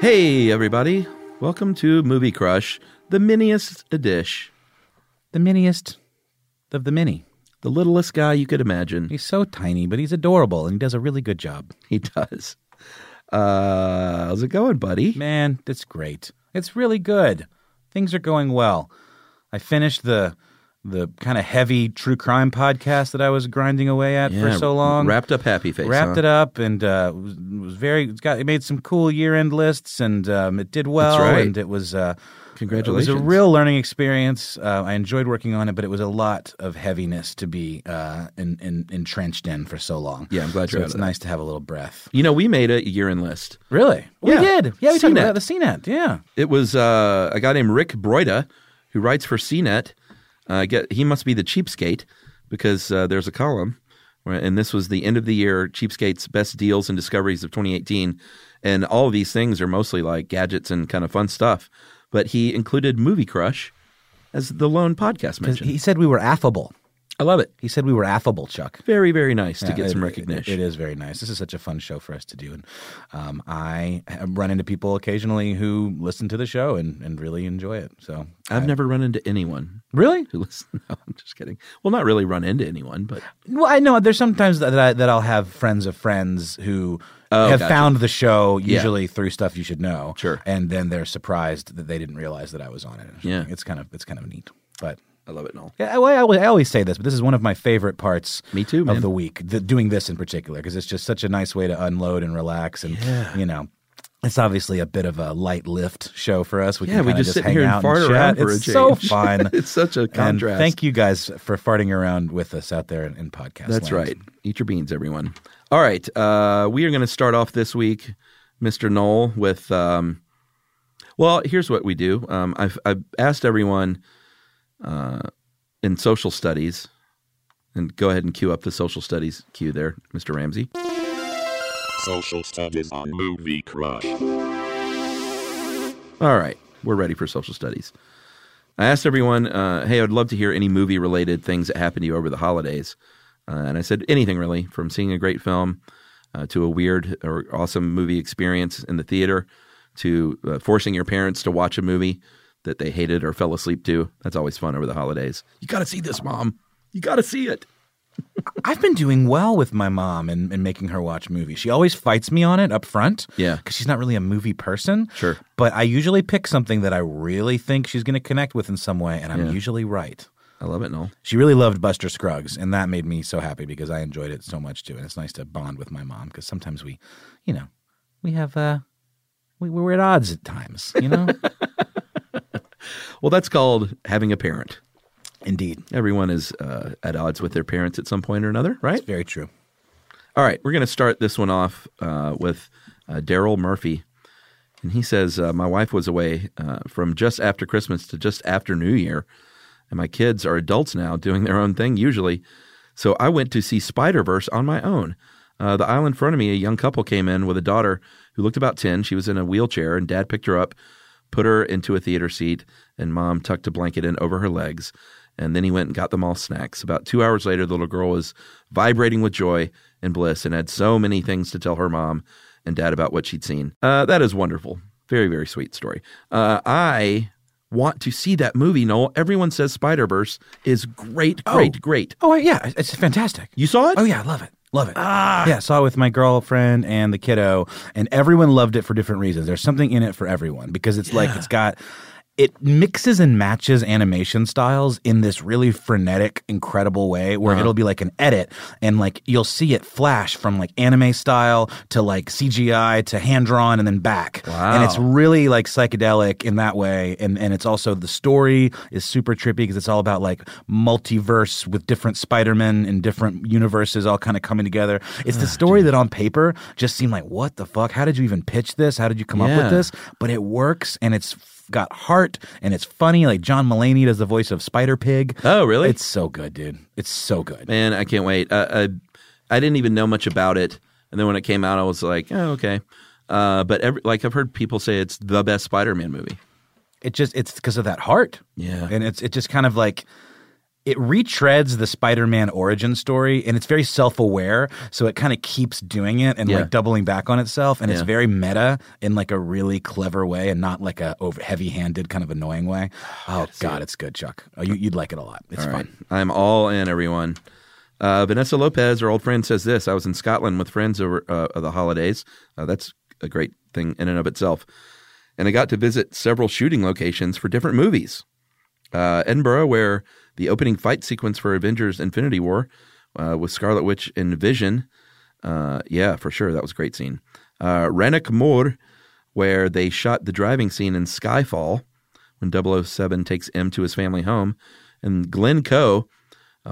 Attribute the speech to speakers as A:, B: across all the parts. A: Hey, everybody. Welcome to Movie Crush, the miniest a dish,
B: The miniest of the mini.
A: the littlest guy you could imagine.
B: He's so tiny, but he's adorable and he does a really good job.
A: He does. Uh, how's it going, buddy?
B: Man, that's great. It's really good. Things are going well. I finished the the kind of heavy true crime podcast that I was grinding away at for
A: Yeah,
B: so long.
A: Wrapped up happy face.
B: wrapped
A: huh?
B: it up and uh, was, was very it's got it made some cool year end lists and um, it did well
A: right.
B: and it was uh,
A: Congratulations.
B: It was a real learning experience. Uh, I enjoyed working on it, but it was a lot of heaviness to be uh, in, in, entrenched in for so long.
A: Yeah, I'm glad
B: so
A: you're out
B: It's
A: of that.
B: nice to have a little breath.
A: You know, we made a year in list.
B: Really? We
A: Yeah. E
B: did. Yeah, we talked
A: CNET.
B: about the CNET. Yeah.
A: It was uh, a guy named Rick Broida who writes for CNET. Uh, get, he must be the cheapskate because uh, there's a column, where, and this was the end of the year cheapskate's best deals and discoveries of 2018, and all of these things are mostly like gadgets and kind of fun stuff. But he included Movie Crush as the lone podcast
B: 'Cause
A: mention.
B: He said we were affable.
A: I love it.
B: He said we were affable, Chuck.
A: Very very nice to
B: Yeah,
A: get
B: it-
A: some
B: it-
A: recognition.
B: it is very nice. This is such a fun show for us to do, and um, I have run into people occasionally who listen to the show and, and really enjoy it. So
A: I've never run into anyone
B: really,
A: who listens. No, I'm just kidding. Well, not really run into anyone, but
B: Well, I know there's sometimes that I, that I'll have friends of friends who
A: Oh,
B: have
A: gotcha.
B: found the show usually through stuff you should know.
A: Sure.
B: and then they're surprised that they didn't realize that I was on it. or something.
A: Yeah.
B: it's kind of it's kind of neat. But
A: I love it and all.
B: yeah, I, well, I, always, I always say this, but this is one of my favorite parts.
A: Me too,
B: of
A: man.
B: the week, the, doing this in particular, because it's just such a nice way to unload and relax, and you know. It's obviously a bit of a light lift show for us. We
A: Yeah,
B: can
A: we
B: kinda
A: just sit
B: hang
A: here and
B: out
A: fart
B: chat.
A: around for a
B: it's so
A: change.
B: fun.
A: It's such a contrast.
B: And thank you guys for farting around with us out there in, in podcast.
A: That's
B: land.
A: right. Eat your beans, everyone. All right. Uh, we are going to start off this week, Mr. Knoll, with. Um, well, here's what we do. Um, I've, I've asked everyone uh, in social studies, and go ahead and cue up the social studies cue there, Mr. Ramsey.
C: Social studies on Movie Crush.
A: All right, we're ready for social studies. I asked everyone, uh, hey, I'd love to hear any movie related things that happened to you over the holidays. Uh, and I said anything really, from seeing a great film uh, to a weird or awesome movie experience in the theater to uh, forcing your parents to watch a movie that they hated or fell asleep to. That's always fun over the holidays. You got to see this, mom. You got to see it.
B: I've been doing well with my mom and, and making her watch movies. She always fights me on it up front.
A: Yeah.
B: Because she's not really a movie person.
A: Sure.
B: But I usually pick something that I really think she's going to connect with in some way, and I'm usually right.
A: I love it, Noel.
B: She really loved Buster Scruggs, and that made me so happy because I enjoyed it so much too. And it's nice to bond with my mom because sometimes we, you know, we have, uh, we, we're at odds at times, you know?
A: Well, that's called having a parent.
B: Indeed.
A: Everyone is uh, at odds with their parents at some point or another, right?
B: Very true.
A: All right, we're going to start this one off uh, with uh, Daryl Murphy. And he says, uh, My wife was away uh, from just after Christmas to just after New Year. And my kids are adults now, doing their own thing usually. So I went to see Spider Verse on my own. Uh, the aisle in front of me, a young couple came in with a daughter who looked about 10. She was in a wheelchair, and dad picked her up, put her into a theater seat, and mom tucked a blanket in over her legs. And then he went and got them all snacks. About two hours later, the little girl was vibrating with joy and bliss and had so many things to tell her mom and dad about what she'd seen. Uh, that is wonderful. Very, very sweet story. Uh, I want to see that movie, Noel. Everyone says Spider Verse is great, great, great.
B: Oh, yeah. It's fantastic.
A: You saw it?
B: Oh yeah, I love it. Love it. Ah. Yeah, saw it with my girlfriend and the kiddo, and everyone loved it for different reasons. There's something in it for everyone because it's like it's got it mixes and matches animation styles in this really frenetic, incredible way where it'll be like an edit and like you'll see it flash from like anime style to like CGI to hand drawn and then back.
A: Wow.
B: And it's really like psychedelic in that way and and it's also the story is super trippy because it's all about like multiverse with different spider-men and different universes all kind of coming together it's
A: Ah,
B: the story that on paper just seemed like what the fuck how did you even pitch this how did you come up
A: Yeah.
B: with this but it works and it's f- got heart and it's funny like john mullaney does the voice of spider pig
A: Oh, really?
B: it's so good dude it's so good
A: Man, I can't wait. Uh, I, I didn't even know much about it, and then when it came out, I was like, oh, okay. Uh, but every, like I've heard people say, it's the best Spider-Man movie.
B: it just it's because of that heart
A: Yeah.
B: and it's it just kind of like it retreads the spider-man origin story and it's very self-aware so it kind of keeps doing it and
A: Yeah.
B: like doubling back on itself and it's
A: Yeah.
B: very meta in like a really clever way and not like a over heavy-handed kind of annoying way oh god it's good chuck oh, you, you'd like it a lot it's fun
A: I'm all in, everyone. Uh, Vanessa Lopez, our old friend, says this. I was in Scotland with friends over uh, of the holidays. Uh, that's a great thing in and of itself. And I got to visit several shooting locations for different movies. Uh, Edinburgh, where the opening fight sequence for Avengers Infinity War uh, with Scarlet Witch and Vision. Uh, yeah, for sure. That was a great scene. Uh, Rannoch Moor, where they shot the driving scene in Skyfall when 007 takes M to his family home. And Glencoe, oh,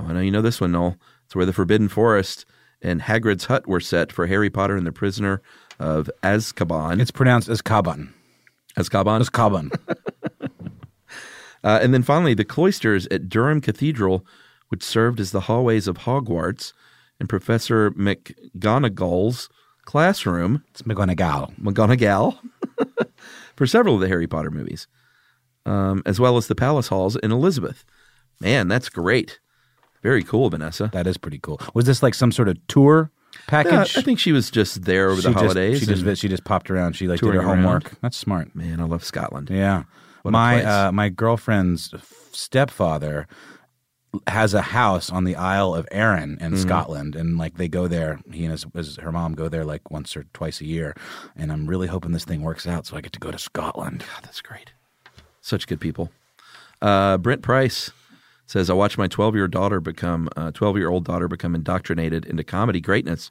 A: I know you know this one, Noel. It's where the Forbidden Forest and Hagrid's Hut were set for Harry Potter and the Prisoner of Azkaban.
B: it's pronounced as kaban
A: Azkaban.
B: as kaban
A: Uh, and then finally, the cloisters at Durham Cathedral, which served as the hallways of Hogwarts, and Professor McGonagall's classroom,
B: it's mcgonagall
A: McGonagall, for several of the Harry Potter movies, um, as well as the palace halls in Elizabeth. Man, that's great. Very cool, Vanessa.
B: that is pretty cool was this like some sort of tour package
A: Yeah, I think she was just there over
B: she
A: the
B: just-
A: holidays.
B: she just,
A: and-
B: vi- she just popped around she like did her
A: touring around.
B: homework that's smart
A: man, I love Scotland.
B: Yeah.
A: What a
B: my
A: place.
B: uh, my girlfriend's f- stepfather has a house on the Isle of Arran
A: Mm-hmm.
B: in Scotland, and like they go there. He and his, his her mom go there like once or twice a year, and I'm really hoping this thing works out so I get to go to Scotland.
A: God, that's great. Such good people. Uh, Brent Price says, "I watched my 12-year daughter become 12-year-old daughter become indoctrinated into comedy greatness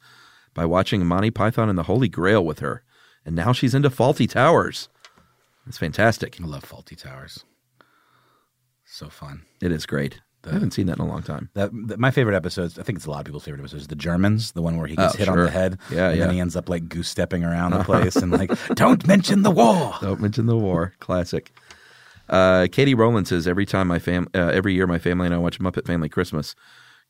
A: by watching Monty Python and the Holy Grail with her, and now she's into Faulty Towers. It's fantastic.
B: I love Faulty Towers. So fun.
A: It is great. I haven't seen that in a long time.
B: That, that my favorite episodes. I think it's a lot of people's favorite episodes. The Germans, the one where he gets
A: Oh,
B: hit on
A: sure.
B: the head,
A: Yeah,
B: and
A: yeah. Uh-huh.
B: then he ends up like goose stepping around the place and like, don't mention the war.
A: Don't mention the war. Classic." Uh, Katie Rowland says every time my fam, uh, every year my family and I watch Muppet Family Christmas.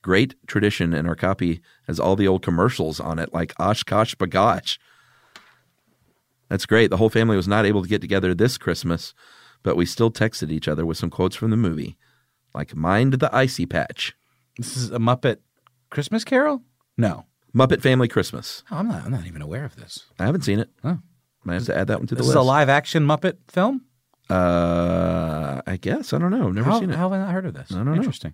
A: Great tradition, and our copy has all the old commercials on it, like Oshkosh Bagosh. That's great. The whole family was not able to get together this Christmas, but we still texted each other with some quotes from the movie, like "Mind the icy patch,"
B: This is a Muppet Christmas Carol. No,
A: Muppet Family Christmas.
B: Oh, I'm not. I'm not even aware of this.
A: I haven't seen it.
B: Oh.
A: Might have to add that one to the
B: This is
A: list.
B: a live action Muppet film.
A: Uh, I guess I don't know. Never
B: how,
A: seen it.
B: how have I not heard of this?
A: I don't know.
B: Interesting.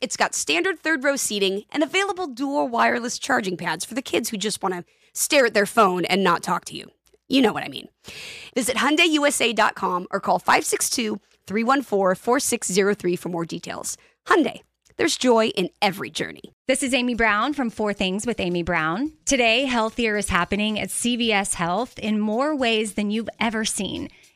D: it's got standard third row seating and available dual wireless charging pads for the kids who just want to stare at their phone and not talk to you. You know what I mean. Visit HyundaiUSA.com or call 562 314 4603 for more details. Hyundai, there's joy in every journey.
E: This is Amy Brown from Four Things with Amy Brown. Today, healthier is happening at CVS Health in more ways than you've ever seen.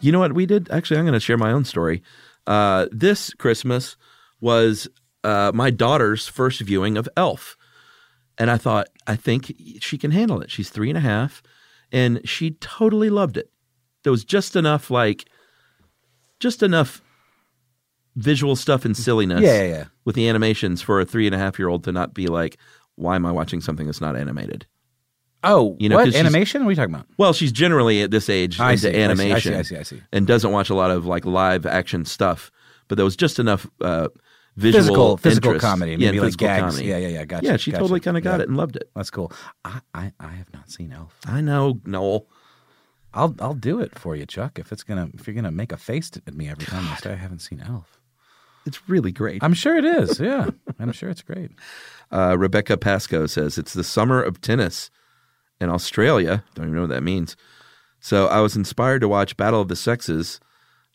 A: You know what we did? Actually, I'm going to share my own story. Uh, this Christmas was uh, my daughter's first viewing of Elf. And I thought, I think she can handle it. She's three and a half, and she totally loved it. There was just enough, like, just enough visual stuff and silliness
B: Yeah, yeah, yeah.
A: with the animations for a three and a half year old to not be like, why am I watching something that's not animated?
B: Oh,
A: You
B: you
A: know,
B: know,
A: 'cause
B: what
A: she's-
B: animation? What are you talking about?
A: Well, she's generally at this age
B: I
A: into
B: see, I see, I see,
A: animation.
B: I see, I see.
A: And doesn't watch a lot of like live action stuff, but there was just enough uh, visual
B: physical, physical
A: interest.
B: comedy,
A: Yeah,
B: maybe like
A: physical
B: gags.
A: comedy.
B: Yeah, yeah, yeah. Gotcha.
A: yeah, she
B: gotcha.
A: totally kind of got
B: Yeah.
A: it and loved it.
B: That's cool. I, I, I have not seen Elf.
A: I know, Noel.
B: I'll I'll do it for you, Chuck. If it's gonna if you're gonna make a face at me every time I say I haven't seen Elf,
A: It's really great.
B: I'm sure it is. Yeah, I'm sure it's great.
A: Uh, Rebecca Pasco says it's the summer of tennis in Australia. Don't even know what that means. So I was inspired to watch Battle of the Sexes,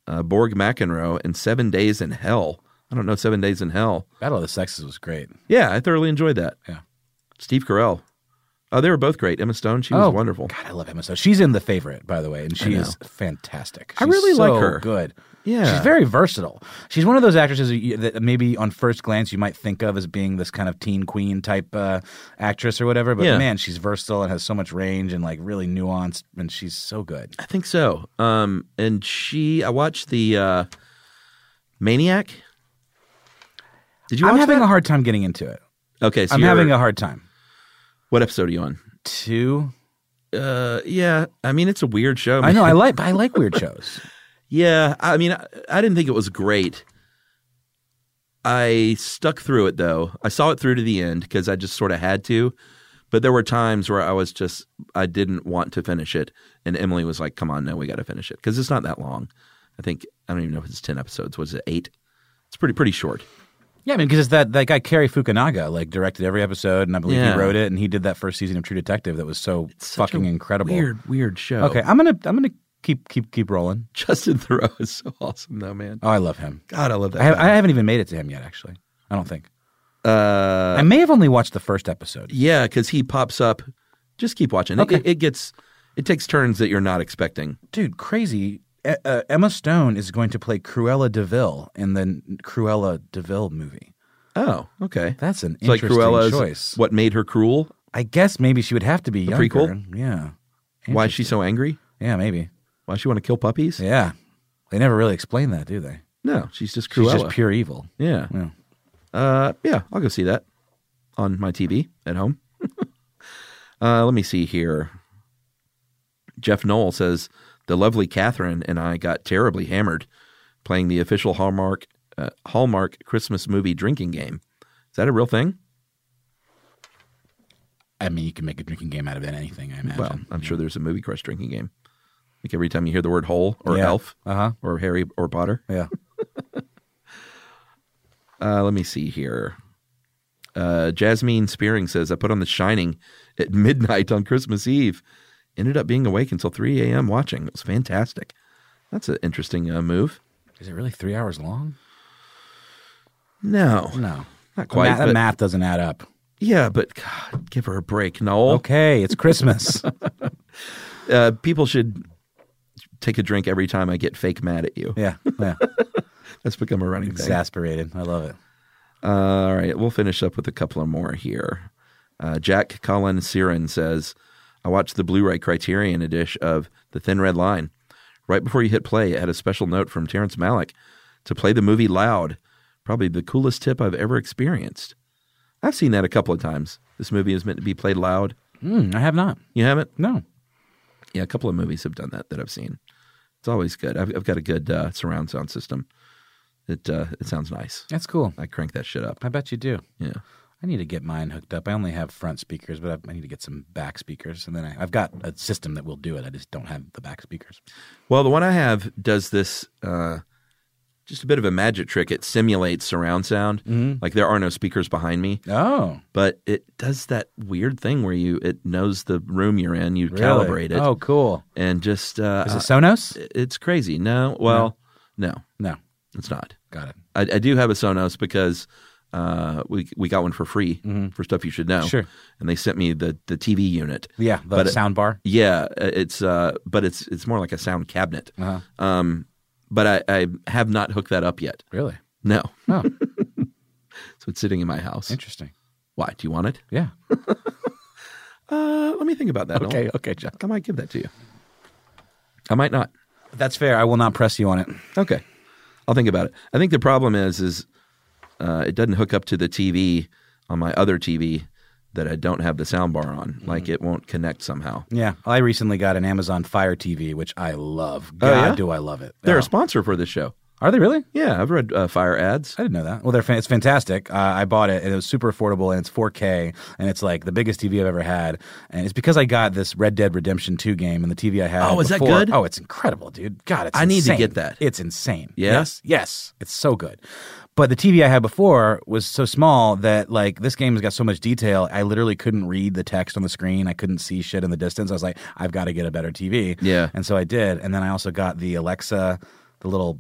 A: uh, Borg McEnroe, and Seven Days in Hell. I don't know Seven Days in Hell.
B: Battle of the Sexes was great.
A: Yeah, I thoroughly enjoyed that.
B: Yeah.
A: Steve Carell. Oh, they were both great. Emma Stone, she was wonderful.
B: Oh, God, I love Emma Stone. She's in the favorite, by the way, and she
A: know.
B: is fantastic.
A: I
B: She's
A: really
B: so
A: like her.
B: Good.
A: Yeah.
B: she's very versatile. She's one of those actresses that you- that maybe on first glance you might think of as being this kind of teen queen type uh, actress or whatever. But
A: Yeah.
B: man, she's versatile and has so much range and like really nuanced, and she's so good.
A: I think so. Um, and she, I watched the uh, Maniac. Did you?
B: I'm
A: watch
B: having
A: that?
B: a hard time getting into it.
A: Okay, so
B: I'm
A: you're-
B: having a hard time.
A: What episode are you on?
B: Two.
A: Uh, yeah, I mean it's a weird show.
B: I know.
A: man.
B: I like. I like weird shows.
A: Yeah, I mean, I, I didn't think it was great. I stuck through it though. I saw it through to the end because I just sort of had to. But there were times where I was just I didn't want to finish it, and Emily was like, "Come on, no, we got to finish it because it's not that long." I think I don't even know if it's ten episodes. Was it eight? It's pretty pretty short.
B: Yeah, I mean, because it's that that guy Kerry Fukunaga like directed every episode, and I believe
A: Yeah.
B: he wrote it, and he did that first season of True Detective that was so
A: Such
B: fucking
A: a
B: incredible.
A: Weird weird show.
B: Okay, I'm gonna I'm gonna keep keep keep rolling.
A: Justin Thoreau is so awesome though, man.
B: Oh, I love him.
A: God, I love that.
B: I, have,
A: guy.
B: I haven't even made it to him yet, actually. I don't think.
A: uh,
B: I may have only watched the first episode.
A: Yeah, because he pops up. Just keep watching. It,
B: Okay.
A: it, it gets It takes turns that you're not expecting.
B: Dude, crazy. E- uh, Emma Stone is going to play Cruella DeVille in the n- Cruella DeVille movie.
A: Oh, okay.
B: That's an
A: It's like
B: interesting
A: Cruella's
B: choice.
A: what made her cruel?
B: I guess maybe she would have to be
A: The
B: younger.
A: prequel?
B: Yeah.
A: Why is she so angry?
B: Yeah, maybe.
A: Why she want to kill puppies?
B: Yeah. They never really explain that, do they?
A: No, she's just
B: She's
A: Cruella.
B: just pure evil.
A: Yeah.
B: Yeah.
A: Uh, yeah, I'll go see that on my TV at home. uh, let me see here. Jeff Knoll says the lovely Catherine and I got terribly hammered playing the official Hallmark uh, Hallmark Christmas movie drinking game. Is that a real thing?
B: I mean, you can make a drinking game out of anything, I imagine.
A: Well, I'm sure there's a movie crush drinking game. Like every time you hear the word "hole" or
B: Yeah.
A: "elf"
B: Uh-huh.
A: or "Harry" or "Potter,"
B: Yeah.
A: Uh, let me see here. Uh, Jasmine Spearing says, I put on The Shining at midnight on Christmas Eve. Ended up being awake until 3 a.m. watching. It was fantastic. That's an interesting uh, move.
B: Is it really three hours long?
A: No,
B: No.
A: not
B: Quite,
A: quite.
B: the, math,
A: but-
B: doesn't add up.
A: Yeah, but God, give her a break. No.
B: Okay, it's Christmas.
A: Uh, people should take a drink every time I get fake mad at you.
B: yeah, yeah.
A: That's become a running thing.
B: Exasperated. I love it.
A: Uh, all right, we'll finish up with a couple of more here. Uh, Jack Colin Siren says, I watched the Blu ray Criterion edition of The Thin Red Line. Right before you hit play, it had a special note from Terrence Malick to play the movie loud. Probably the coolest tip I've ever experienced. I've seen that a couple of times. This movie is meant to be played loud.
B: Mm, I have not.
A: You haven't?
B: No.
A: Yeah, a couple of movies have done that that I've seen. It's always good. I've, I've got a good uh, surround sound system. It uh, it sounds nice.
B: That's cool.
A: I crank that shit up.
B: I bet you do.
A: Yeah.
B: I need to get mine hooked up. I only have front speakers, but I, I need to get some back speakers. And then I, I've got a system that will do it. I just don't have the back speakers.
A: Well, the one I have does this uh, just a bit of a magic trick. It simulates surround sound.
B: Mm-hmm.
A: Like there are no speakers behind me,
B: Oh,
A: but it does that weird thing where you it knows the room you're in, you
B: really?
A: calibrate it,
B: Oh, cool.
A: and just uh,
B: Is it Sonos?
A: it's crazy. No, well, no,
B: no.
A: it's not.
B: Got it.
A: I, I do have a Sonos because uh, we we got one for free for stuff you should know.
B: Mm-hmm. Sure.
A: and they sent me the the TV unit.
B: Yeah, the
A: But it-
B: sound bar.
A: Yeah, it's uh, but it's it's more like a sound cabinet.
B: Uh-huh.
A: Um, but I, I have not hooked that up yet.
B: Really?
A: No,
B: Oh,
A: so it's sitting in my house.
B: interesting.
A: Why? Do you want it?
B: Yeah.
A: Uh, let me think about that.
B: Okay,
A: I'll-
B: okay, Chuck.
A: I might give that to you. I might not.
B: That's fair. I will not press you on it.
A: Okay, I'll think about it. I think the problem is is uh, it doesn't hook up to the TV on my other TV that I don't have the sound bar on. Like it won't connect somehow.
B: Yeah. I recently got an Amazon Fire TV, which I love.
A: Oh,
B: God,
A: yeah?
B: do I love it.
A: They're
B: Oh.
A: a sponsor for this show.
B: Are they really?
A: Yeah, I've read uh, Fire ads.
B: I didn't know that. Well, they're fan- it's fantastic. Uh, I bought it and it was super affordable and it's 4K and it's like the biggest TV I've ever had. And it's because I got this Red Dead Redemption 2 game and the TV I had.
A: Oh, is that
B: before-
A: good?
B: Oh, it's incredible, dude. God, it's
A: I need to
B: insane.
A: get that.
B: It's insane.
A: Yeah?
B: Yes, yes, it's so good. But the TV I had before was so small that like this game has got so much detail. I literally couldn't read the text on the screen. I couldn't see shit in the distance. I was like, I've got to get a better TV.
A: Yeah.
B: And so I did. And then I also got the Alexa, the little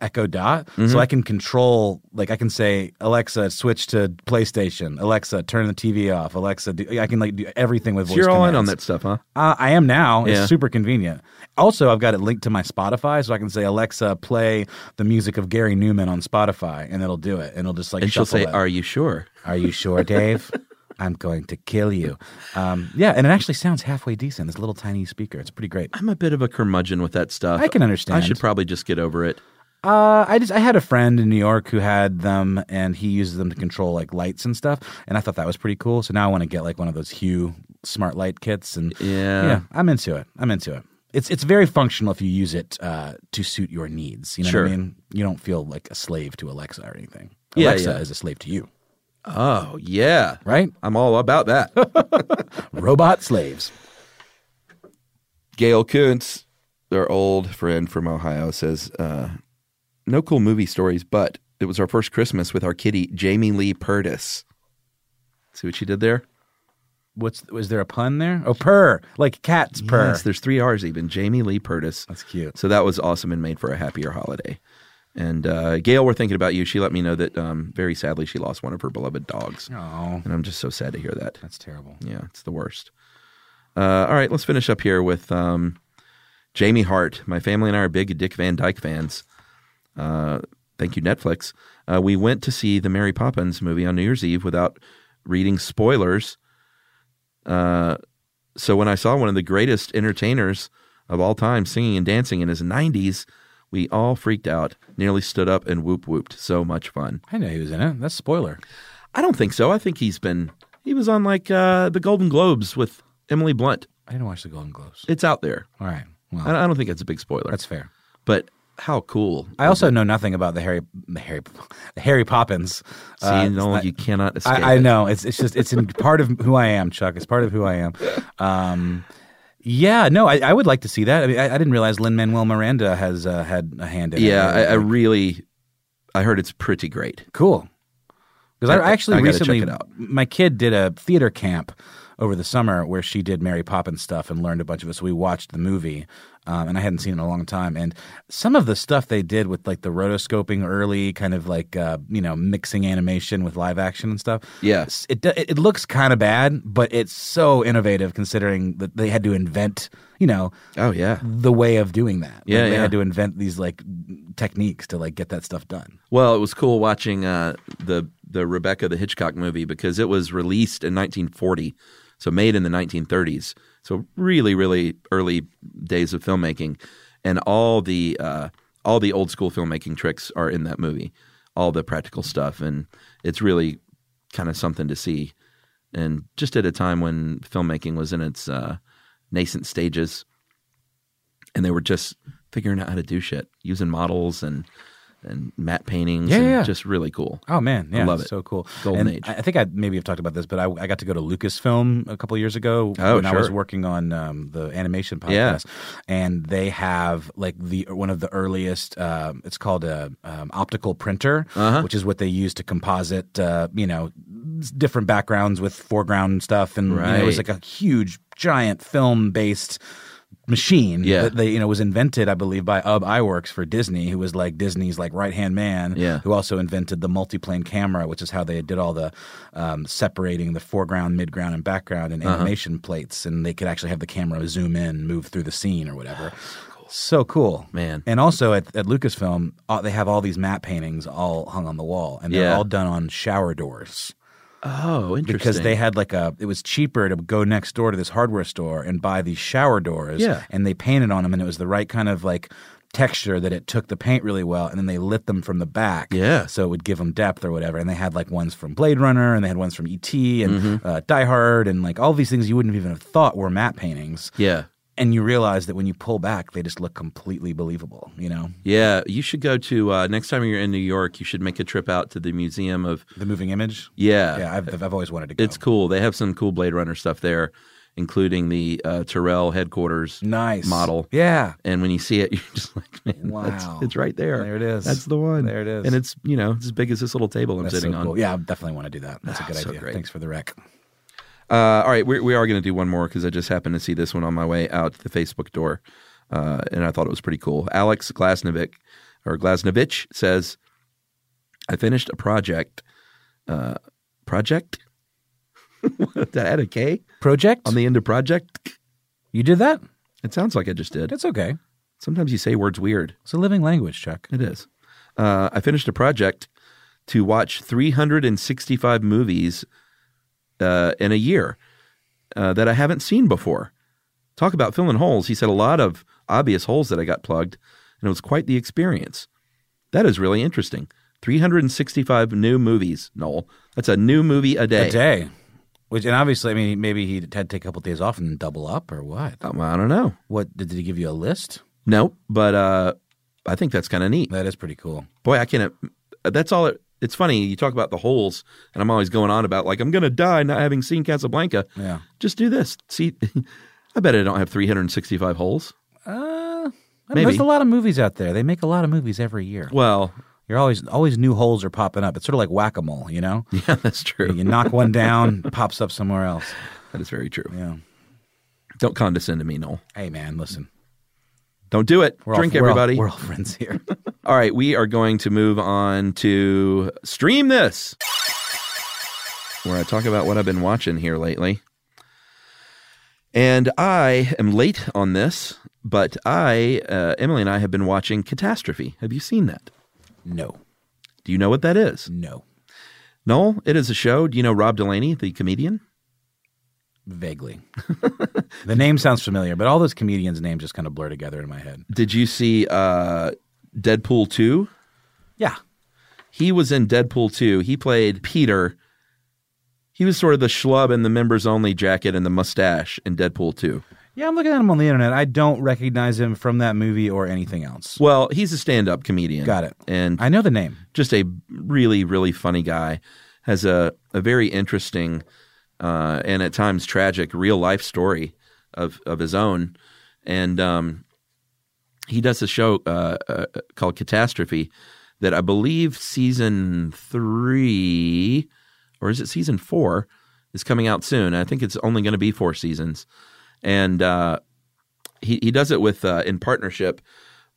B: Echo Dot.
A: Mm-hmm.
B: So I can control, like, I can say, Alexa, switch to PlayStation. Alexa, turn the TV off. Alexa, do, I can, like, do everything with
A: So
B: voice.
A: you're all in on
B: commands.
A: that stuff, huh?
B: Uh, I am now.
A: Yeah.
B: It's super convenient. Also, I've got it linked to my Spotify, so I can say, Alexa, play the music of Gary Newman on Spotify, and it'll do it. And it'll just, like,
A: And she'll
B: shuffle
A: say,
B: it.
A: "Are you sure?"
B: Are you sure, Dave? I'm going to kill you. Um, yeah, and it actually sounds halfway decent. This little tiny speaker. It's pretty great.
A: I'm a bit of a curmudgeon with that stuff.
B: I can understand.
A: I should probably just get over it.
B: Uh, I just I had a friend in New York who had them, and he uses them to control like lights and stuff. And I thought that was pretty cool. So now I want to get like one of those Hue smart light kits. And
A: Yeah.
B: I'm into it. I'm into it. It's it's very functional if you use it uh, to suit your needs. You know
A: Sure.
B: what I mean? You don't feel like a slave to Alexa or anything.
A: Yeah,
B: Alexa
A: yeah.
B: is a slave to you,
A: Oh yeah,
B: right?
A: I'm all about that.
B: Robot slaves.
A: Gail Kuntz, our old friend from Ohio, says, uh, "No cool movie stories, but it was our first Christmas with our kitty Jamie Lee Purtis." See what she did there?
B: What's was there a pun there? Oh, purr like cats purr.
A: Yes, there's three R's even. Jamie Lee Purtis.
B: That's cute.
A: So that was awesome and made for a happier holiday. And uh, Gail, we're thinking about you. She let me know that um, very sadly she lost one of her beloved dogs,
B: Oh,
A: and I'm just so sad to hear that.
B: that's terrible.
A: Yeah, it's the worst. Uh, all right, let's finish up here with um, Jamie Hart. My family and I are big Dick Van Dyke fans. Uh, thank you, Netflix. Uh, we went to see the Mary Poppins movie on New Year's Eve without reading spoilers. Uh, so when I saw one of the greatest entertainers of all time singing and dancing in his 90s, we all freaked out, nearly stood up and whoop whooped. So much fun.
B: I know he was in it. That's spoiler.
A: I don't think so. I think he's been, he was on like uh, the Golden Globes with Emily Blunt.
B: I didn't watch the Golden Globes.
A: It's out there.
B: All right. Well,
A: I I don't think it's a big spoiler.
B: that's fair.
A: But how cool.
B: I also know nothing about the Harry, the Harry, the Harry Poppins.
A: See,
B: uh,
A: no, you cannot escape.
B: I, I
A: it.
B: know it's it's just it's in part of who I am, Chuck. It's part of who I am. Um, yeah, no, I, I would like to see that. I mean, I, I didn't realize Lin Manuel Miranda has uh, had a hand in it.
A: Yeah, I, I really, I heard it's pretty great.
B: Cool. Because I,
A: I-
B: actually
A: I gotta check
B: recently,
A: it out.
B: my kid did a theater camp over the summer where she did Mary Poppins stuff and learned a bunch of it. So we watched the movie, um, and I hadn't seen it in a long time. And some of the stuff they did with like the rotoscoping early, kind of like uh, you know mixing animation with live action and stuff.
A: Yeah.
B: s- it do- it, it looks kind of bad, but it's so innovative considering that they had to invent you know
A: Oh yeah.
B: the way of doing that. Like,
A: Yeah,
B: they
A: yeah.
B: had to invent these like techniques to like get that stuff done.
A: Well, it was cool watching uh, the the Rebecca the Hitchcock movie because it was released in 1940, so made in the 1930s. So really, really early days of filmmaking, and all the uh, all the old school filmmaking tricks are in that movie, all the practical stuff, and it's really kind of something to see, and just at a time when filmmaking was in its uh, nascent stages, and they were just figuring out how to do shit using models and and matte paintings
B: Yeah,
A: and
B: yeah.
A: just really cool
B: Oh man, yeah,
A: love
B: it's
A: it.
B: So cool.
A: Golden
B: And
A: age.
B: I I think I maybe have talked about this, but I, I got to go to Lucasfilm a couple years ago
A: Oh,
B: when I was
A: sure.
B: working on um, the animation podcast,
A: Yeah.
B: and they have like the one of the earliest. Um, it's called a um, optical printer,
A: Uh-huh.
B: which is what they use to composite. Uh, you know, s- different backgrounds with foreground stuff, and you know, it was
A: Right.
B: like a huge, giant film based machine
A: Yeah.
B: that they you know was invented i believe by ub iwerks for disney who was like disney's like right hand man
A: Yeah.
B: who also invented the multiplane camera which is how they did all the um, separating the foreground midground and background
A: Uh-huh.
B: and animation plates and they could actually have the camera zoom in move through the scene or whatever so cool
A: Ah, Man.
B: and also at, at lucasfilm uh, they have all these matte paintings all hung on the wall and they're
A: Yeah.
B: all done on shower doors
A: oh interesting
B: because they had like a it was cheaper to go next door to this hardware store and buy these shower doors
A: Yeah.
B: and they painted on them and it was the right kind of like texture that it took the paint really well and then they lit them from the back
A: Yeah.
B: so it would give them depth or whatever and they had like ones from blade runner and they had ones from et and
A: Mm-hmm.
B: uh, die hard and like all these things you wouldn't even have thought were matte paintings
A: yeah
B: and you realize that when you pull back they just look completely believable you know
A: yeah you should go to uh, next time you're in new york you should make a trip out to the museum of
B: the moving image
A: yeah,
B: yeah i've, I've always wanted to go
A: it's cool they have some cool blade runner stuff there including the uh, terrell headquarters
B: nice
A: model
B: yeah
A: and when you see it you're just like man
B: Wow.
A: that's, it's right there
B: There it is.
A: that's the one
B: There it is.
A: and it's you know it's as big as this little table i'm
B: That's
A: sitting
B: so
A: on Ah,
B: cool. Yeah, I definitely want to do that. That's a good
A: so
B: idea.
A: great.
B: Thanks for the rec.
A: Uh, all right, we, we are going to do one more because I just happened to see this one on my way out the Facebook door, uh, and I thought it was pretty cool. Alex Glasnovic or Glasnovich says, "I finished a project. Uh, project? Did I add a K
B: Project?
A: on the end of project?
B: you did that?
A: It sounds like I just did.
B: That's okay.
A: Sometimes you say words weird.
B: It's a living language, Chuck.
A: It is. Uh, I finished a project to watch 365 movies uh, in a year uh, that I haven't seen before. Talk about filling holes. He said a lot of obvious holes that I got plugged, and it was quite the experience. That is really interesting. 365 new movies, Noel. That's a new movie a day.
B: A day. Which and obviously, I mean, maybe he had to take a couple days off and double up or what?
A: Um, I don't know.
B: What did, did he give you a list?
A: No, but uh, I think that's kind of neat.
B: That is pretty cool.
A: boy, I can't. That's all. It, it's funny you talk about the holes, and I'm always going on about like I'm going to die not having seen Casablanca.
B: Yeah.
A: Just do this. See, I bet I don't have 365 holes.
B: Uh, I mean,
A: Maybe.
B: there's a lot of movies out there. They make a lot of movies every year.
A: Well,
B: You're always always new holes are popping up. It's sort of like whack a mole, you know.
A: yeah, that's
B: You
A: true.
B: knock one down, it pops up somewhere else.
A: That is very true.
B: Yeah.
A: Don't condescend to me, Noel.
B: Hey, man, listen.
A: Don't do it.
B: We're all-
A: Drink,
B: we're all-
A: everybody.
B: We're all friends here.
A: all right, we are going to move on to stream this, where I talk about what I've been watching here lately. And I am late on this, but I, uh, Emily and I have been watching Catastrophe. Have you seen that?
B: No.
A: Do you know what that is?
B: No.
A: No, it is a show. Do you know Rob Delaney, the comedian?
B: Vaguely. the name sounds familiar, but all those comedians' names just kind of blur together in my head.
A: Did you see uh, Deadpool 2?
B: Yeah.
A: He was in Deadpool 2. He played Peter. He was sort of the schlub in the members only jacket and the mustache in Deadpool 2.
B: Yeah, I'm looking at him on the internet. I don't recognize him from that movie or anything else.
A: Well, he's a stand up comedian.
B: Got it.
A: And
B: I know the name.
A: just a really, really funny guy. Has a, a very interesting uh, and at times tragic real life story of, of his own. And um, he does a show uh, uh, called Catastrophe that I believe season three, or is it season four, is coming out soon. I think it's only going to be four seasons. And uh, he, he does it with uh, in partnership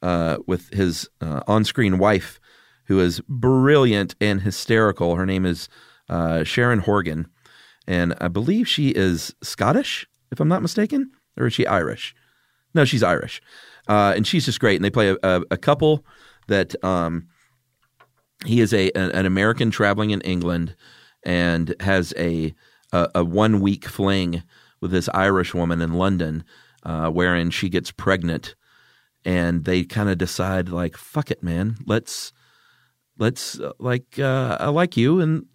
A: uh, with his uh, on-screen wife, who is brilliant and hysterical. Her name is uh, Sharon Horgan, and I believe she is Scottish, if I'm not mistaken, or is she Irish? No, she's Irish, uh, and she's just great. And they play a, a, a couple that um, he is a an, an American traveling in England and has a a, a one week fling with this Irish woman in London, uh, wherein she gets pregnant, and they kind of decide like, "Fuck it, man, let's let's uh, like uh, I like you and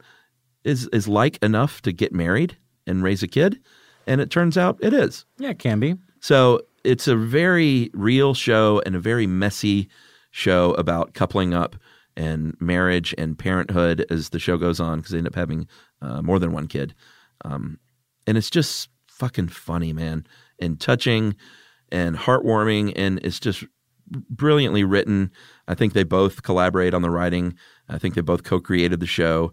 A: is is like enough to get married and raise a kid," and it turns out it is.
B: Yeah, it can be.
A: So it's a very real show and a very messy show about coupling up and marriage and parenthood as the show goes on because they end up having uh, more than one kid. Um, and it's just fucking funny, man, and touching and heartwarming. And it's just brilliantly written. I think they both collaborate on the writing. I think they both co created the show.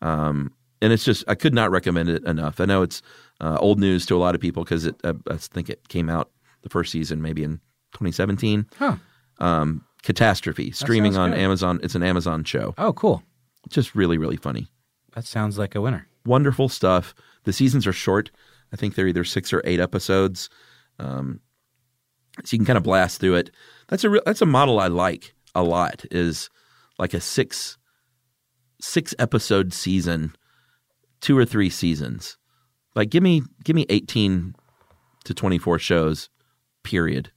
A: Um, and it's just, I could not recommend it enough. I know it's uh, old news to a lot of people because it, uh, I, I think it came out the first season maybe in 2017.
B: Huh.
A: Um, Catastrophe, streaming on
B: sounds good.
A: Amazon. It's an Amazon show.
B: Oh, cool.
A: Just really, really funny.
B: That sounds like a winner.
A: Wonderful stuff. The seasons are short. I think they're either six or eight episodes. Um, so you can kind of blast through it. That's a real, that's a model I like a lot. Is like a six six episode season, two or three seasons. Like give me give me eighteen to twenty four shows, period.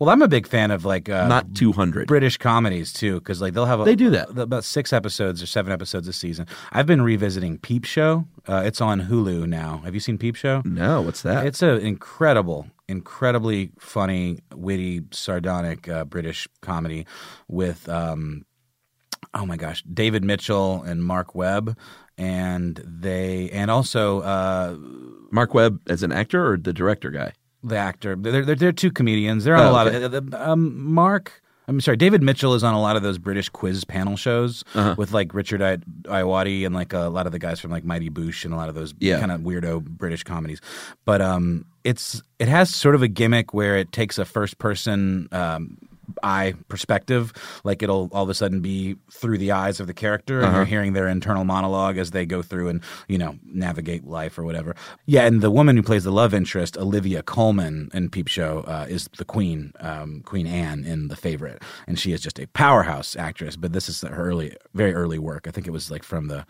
B: Well, I'm a big fan of like uh,
A: Not two hundred.
B: British comedies too, because like they'll have a,
A: They do that.
B: about six episodes or seven episodes a season. I've been revisiting Peep Show. Uh, it's on Hulu now. Have you seen Peep Show?
A: No, what's that?
B: It's an incredible, incredibly funny, witty, sardonic uh, British comedy with, um, oh my gosh, David Mitchell and Mark Webb, and they and also uh,
A: Mark Webb as an actor or the director guy?
B: the actor. They're, they're, they're two comedians. They're on
A: Oh,
B: a lot
A: okay.
B: of um, Mark. I'm sorry, David Mitchell is on a lot of those British quiz panel shows
A: Uh-huh.
B: with like Richard I- Iwadi and like a lot of the guys from like Mighty Boosh and a lot of those
A: Yeah.
B: kind of weirdo British comedies. But um, it's it has sort of a gimmick where it takes a first person um, eye perspective, like it'll all of a sudden be through the eyes of the character, and you're hearing their internal monologue as they go through and you know navigate life or whatever. Yeah, and the woman who plays the love interest, Olivia Coleman in Peep Show, uh, is the Queen, um, Queen Anne in The Favorite, and she is just a powerhouse actress. But this is her early, very early work. I think it was like from the.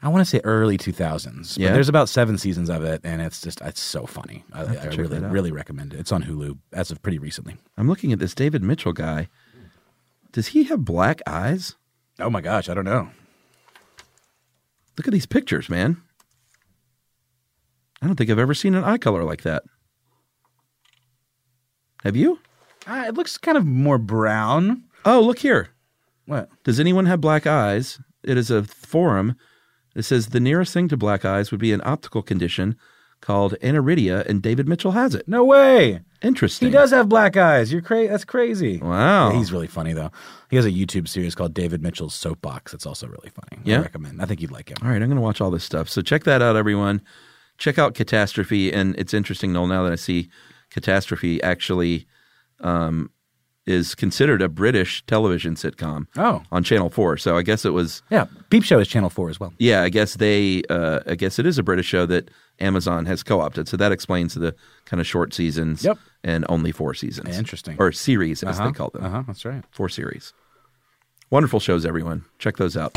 B: I want to say early 2000s. But
A: Yeah.
B: there's about seven seasons of it, and it's just, it's so funny. I, I really, really recommend it. It's on Hulu as of pretty recently.
A: I'm looking at this David Mitchell guy. Does he have black eyes?
B: Oh my gosh, I don't know.
A: Look at these pictures, man. I don't think I've ever seen an eye color like that. Have you?
B: Uh, it looks kind of more brown.
A: Oh, look here.
B: What?
A: Does anyone have black eyes? It is a forum. It says the nearest thing to black eyes would be an optical condition called aniridia, and David Mitchell has it.
B: No way.
A: Interesting.
B: He does have black eyes. You're crazy. That's crazy.
A: Wow.
B: Yeah, he's really funny though. He has a YouTube series called David Mitchell's Soapbox. It's also really funny.
A: Yeah?
B: I recommend. I think you'd like him.
A: All right, I'm going to watch all this stuff. So check that out, everyone. Check out Catastrophe, and it's interesting, Noel. Now that I see Catastrophe, actually, um, is considered a British television sitcom.
B: Oh.
A: on Channel Four. So I guess it was.
B: Yeah, Peep Show is Channel Four as well.
A: Yeah, I guess they. Uh, I guess it is a British show that Amazon has co-opted. So that explains the kind of short seasons.
B: Yep.
A: And only four seasons.
B: Interesting.
A: Or series, as they call them.
B: Uh huh. That's right.
A: Four series. Wonderful shows, everyone. Check those out.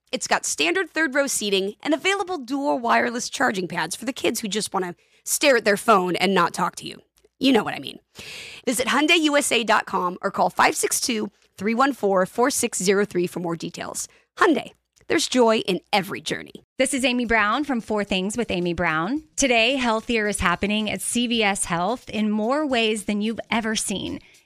D: it's got standard third row seating and available dual wireless charging pads for the kids who just want to stare at their phone and not talk to you. You know what I mean. Visit HyundaiUSA.com or call 562 314 4603 for more details. Hyundai, there's joy in every journey.
E: This is Amy Brown from Four Things with Amy Brown. Today, healthier is happening at CVS Health in more ways than you've ever seen.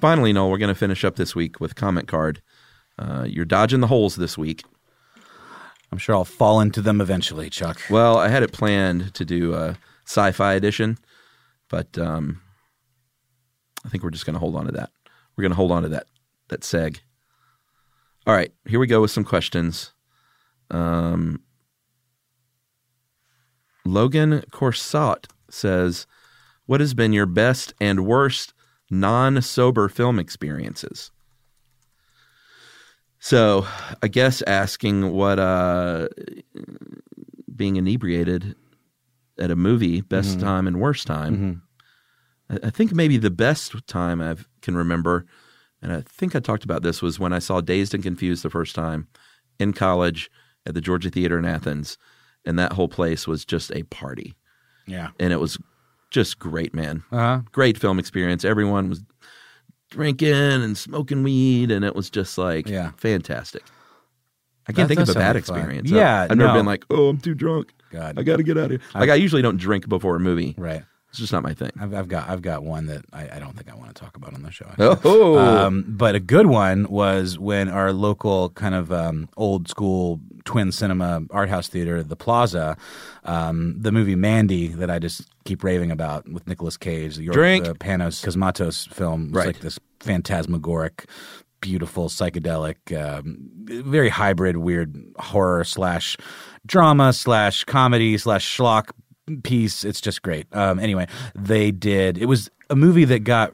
A: Finally, Noel, we're going to finish up this week with comment card. Uh, you're dodging the holes this week.
B: I'm sure I'll fall into them eventually, Chuck.
A: Well, I had it planned to do a sci-fi edition, but um, I think we're just going to hold on to that. We're going to hold on to that that seg. All right, here we go with some questions. Um, Logan Corsot says, "What has been your best and worst non-sober film experiences?" So, I guess asking what uh, being inebriated at a movie, best
B: Mm-hmm.
A: time and worst time. I, I think maybe the best time I can remember, and I think I talked about this, was when I saw Dazed and Confused the first time in college at the Georgia Theater in Athens. And that whole place was just a party.
B: Yeah.
A: And it was just great, man.
B: Uh-huh.
A: Great film experience. Everyone was drinking and smoking weed, and it was just like
B: Yeah.
A: fantastic. I can't
B: That
A: think of
B: does
A: a bad
B: sound fun.
A: experience.
B: Yeah,
A: I've, I've never
B: no.
A: been like, oh, I'm too drunk.
B: God.
A: I got to get out of here. Like I usually don't drink before a movie.
B: Right.
A: It's just not my thing.
B: I've, I've got I've got one that I, I don't think I want to talk about on the show. actually.
A: Oh,
B: Um, but a good one was when our local kind of um, old school twin cinema art house theater, the Plaza, um, the movie Mandy that I just keep raving about with Nicolas Cage, the, York,
A: Drink.
B: the Panos Cosmatos film,
A: Right.
B: it's like this phantasmagoric. Beautiful, psychedelic, um, very hybrid, weird horror slash drama slash comedy slash schlock piece. It's just great. Um, anyway, they did. It was a movie that got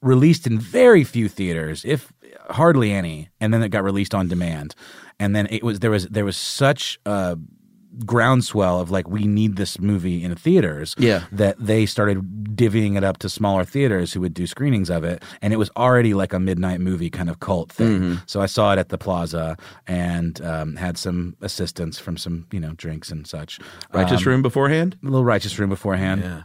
B: released in very few theaters, if hardly any, and then it got released on demand. And then it was there was there was such a groundswell of like we need this movie in theaters
A: Yeah.
B: that they started divvying it up to smaller theaters who would do screenings of it and it was already like a midnight movie kind of cult thing so i saw it at the plaza and um, had some assistance from some you know drinks and such
A: Righteous Room beforehand?
B: a little righteous room beforehand. Yeah.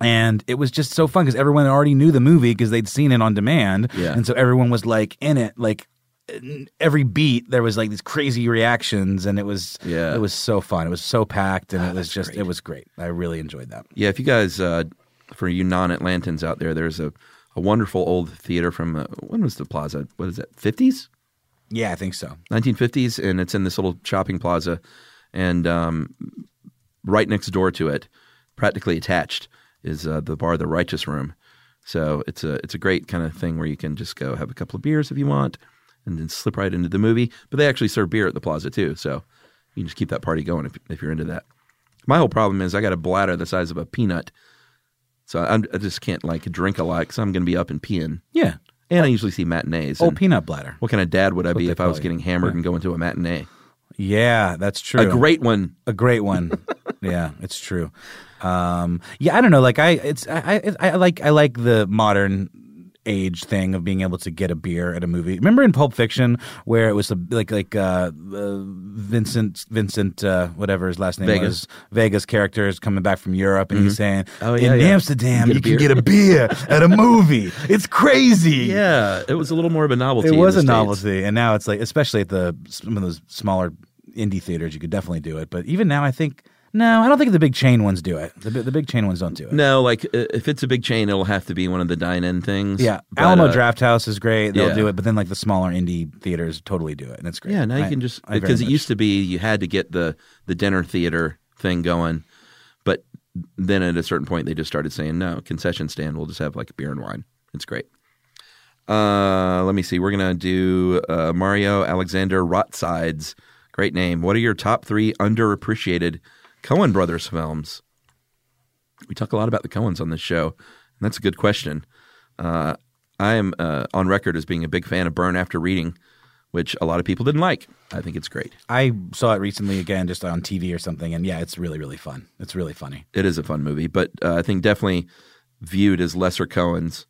B: And it was just so fun because everyone already knew the movie because they'd seen it on demand.
A: Yeah.
B: And so everyone was like in it, like in every beat there was like these crazy reactions and it was
A: Yeah.
B: it was so fun. It was so packed and it was just it was great. I really enjoyed that.
A: Yeah, if you guys, uh, for you non Atlantans out there, there's a, a wonderful old theater from, uh, when was the plaza? What is that, 50s?
B: Yeah, I think so.
A: 1950s, and it's in this little shopping plaza, and um, right next door to it, practically attached, is uh, the bar, the Righteous Room. So it's a it's a great kind of thing where you can just go have a couple of beers if you want, and then slip right into the movie. But they actually serve beer at the plaza too, so you can just keep that party going if, if you're into that. My whole problem is I got a bladder the size of a peanut, so I'm, I just can't like drink a lot because I'm going to be up and peeing.
B: Yeah.
A: And I usually see matinees.
B: Oh,
A: and-
B: peanut bladder.
A: what kind of dad would I be
B: they
A: if I was
B: call you.
A: getting hammered and going to a matinee?
B: Yeah, that's true.
A: A great one.
B: a great one. yeah, it's true. Um, yeah, I don't know. Like I, it's I, I, I like I like the modern age thing of being able to get a beer at a movie. Remember in Pulp Fiction where it was the, like like uh, uh, Vincent Vincent uh, whatever his last name
A: Vegas.
B: was Vegas character is coming back from Europe and he's saying
A: Oh, yeah,
B: in
A: yeah.
B: Amsterdam
A: You
B: you
A: get a
B: can
A: beer."
B: get a beer at a movie. It's crazy.
A: Yeah, it was a little more of a novelty.
B: It
A: in
B: was
A: the
B: a
A: States.
B: novelty, and now it's like, especially at the some of those smaller indie theaters, you could definitely do it. But even now, I think no, I don't think the big chain ones do it. The, bi- the big chain ones don't do it.
A: No, like uh, if it's a big chain, it'll have to be one of the dine-in things.
B: Yeah,
A: But,
B: Alamo
A: uh,
B: Draft House is great; they'll
A: yeah.
B: do it. But then, like the smaller indie theaters, totally do it, and it's great.
A: Yeah, now you
B: I-
A: can just
B: I very
A: because it
B: much-
A: used to be you had to get the the dinner theater thing going, but then at a certain point they just started saying no concession stand. We'll just have like beer and wine. It's great. Uh, let me see. We're gonna do uh, Mario Alexander Rotsides. Great name. What are your top three underappreciated Cohen Brothers films? We talk a lot about the Cohens on this show, and that's a good question. Uh, I am uh, on record as being a big fan of Burn After Reading, which a lot of people didn't like. I think it's great.
B: I saw it recently again, just on TV or something, and yeah, it's really really fun. It's really funny,
A: It is a fun movie, but uh, I think definitely viewed as lesser Cohens.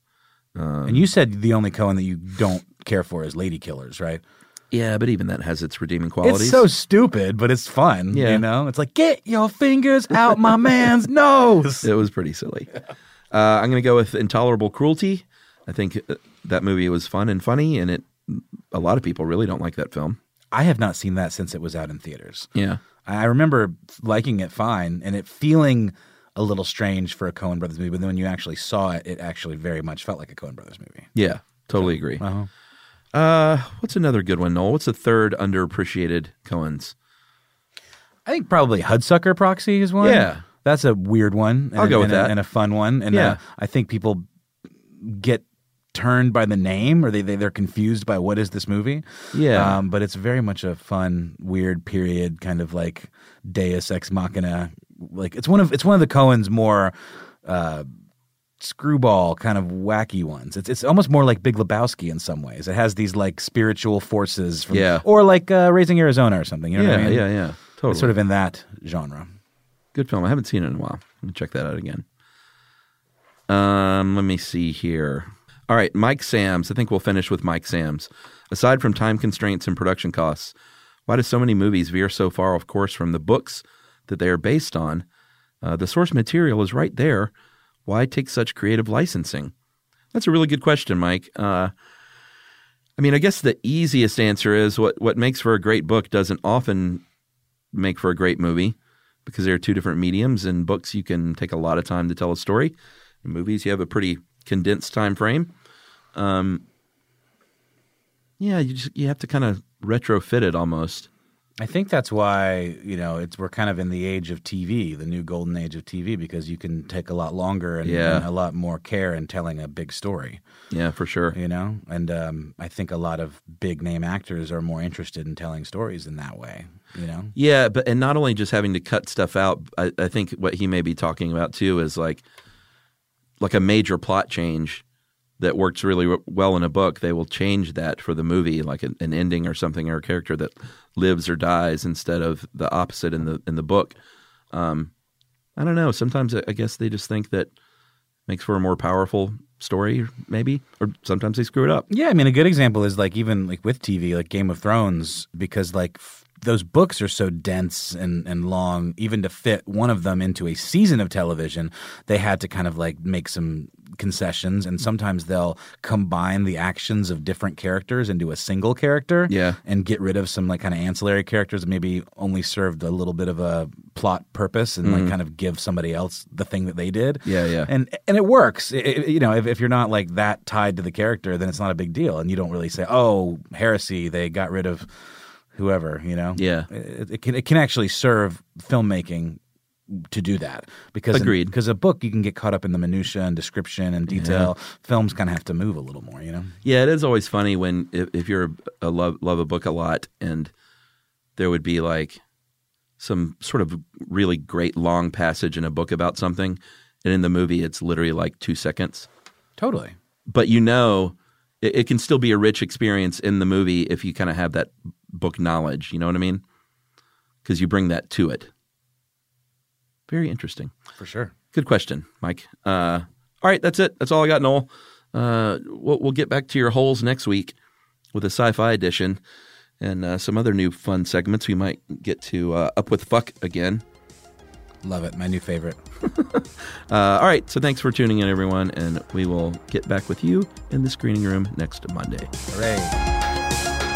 A: Um,
B: and you said the only Cohen that you don't care for is Lady Killers, right?
A: Yeah, but even that has its redeeming qualities.
B: It's so stupid, but it's fun.
A: Yeah.
B: You know, it's like get your fingers out my man's nose.
A: it was pretty silly. Uh, I'm going to go with Intolerable Cruelty. I think uh, that movie was fun and funny, and it a lot of people really don't like that film.
B: I have not seen that since it was out in theaters.
A: Yeah,
B: I I remember liking it fine and it feeling a little strange for a Coen Brothers movie, but then when you actually saw it, it actually very much felt like a Coen Brothers movie.
A: yeah, totally agree.
B: Uh-huh.
A: Uh, what's another good one, Noel? What's the third underappreciated Cohens?
B: I think probably Hudsucker Proxy is one.
A: Yeah.
B: that's a weird one. And
A: I'll
B: a-
A: go with
B: and a-
A: that.
B: and a fun one. And
A: Yeah.
B: uh, I think people get turned by the name, or they, they they're confused by what is this movie.
A: Yeah.
B: um, but it's very much a fun, weird period kind of like Deus Ex Machina. Like it's one of it's one of the Cohen's more. Uh, screwball kind of wacky ones. It's it's almost more like Big Lebowski in some ways. It has these like spiritual forces, from,
A: Yeah.
B: or like uh, Raising Arizona or something. You know
A: yeah,
B: what I mean?
A: yeah, yeah, totally.
B: It's sort of in that genre.
A: Good film. I haven't seen it in a while. Let me check that out again. Um, let me see here. All right, Mike Sams. I think we'll finish with Mike Sams. Aside from time constraints and production costs, why do so many movies veer so far off course from the books that they are based on? Uh, the source material is right there. Why take such creative licensing? That's a really good question, Mike. Uh, I mean, I guess the easiest answer is what what makes for a great book doesn't often make for a great movie because there are two different mediums. In books, you can take a lot of time to tell a story. In movies, you have a pretty condensed time frame. Um, yeah, you just you have to kind of retrofit it almost.
B: I think that's why you know it's we're kind of in the age of TV, the new golden age of TV, because you can take a lot longer and,
A: Yeah.
B: and a lot more care in telling a big story.
A: Yeah, for sure.
B: You know, and um, I think a lot of big name actors are more interested in telling stories in that way. You know,
A: Yeah, but and not only just having to cut stuff out. I, I think what he may be talking about too is like, like a major plot change that works really w- well in a book, they will change that for the movie, like an, an ending or something, or a character that lives or dies instead of the opposite in the in the book. Um, I don't know. Sometimes I I guess they just think that makes for a more powerful story, maybe, or sometimes they screw it up.
B: Yeah, I mean, a good example is like even like with TV, like Game of Thrones, because like f- those books are so dense and, and long, even to fit one of them into a season of television, they had to kind of like make some concessions. And sometimes they'll combine the actions of different characters into a single character
A: Yeah.
B: and get rid of some like kind of ancillary characters that maybe only served a little bit of a plot purpose and like kind of give somebody else the thing that they did.
A: Mm-hmm. Yeah, yeah.
B: And and it works. I- I- you know, if, if you're not like that tied to the character, then it's not a big deal, and you don't really say, "Oh, heresy, they got rid of whoever." You know.
A: Yeah.
B: It, it can it can actually serve filmmaking to do that because
A: Agreed.
B: because a book you can get caught up in the minutia and description and detail. Films kind of have to move a little more. You know.
A: Yeah, it is always funny when if, if you're a, a love love a book a lot, and there would be like some sort of really great long passage in a book about something, and in the movie it's literally like two seconds.
B: Totally.
A: But you know, it, it can still be a rich experience in the movie if you kind of have that book knowledge. You know what I mean? Because you bring that to it. Very interesting.
B: For sure.
A: Good question, Mike. Uh, all right, that's it. That's all I got, Noel. Uh, we'll, we'll get back to your holes next week with a sci-fi edition and uh, some other new fun segments. We might get to uh, up with fuck again.
B: Love it. My new favorite.
A: Uh, all right, so thanks for tuning in, everyone, and we will get back with you in the screening room next Monday.
B: Hooray.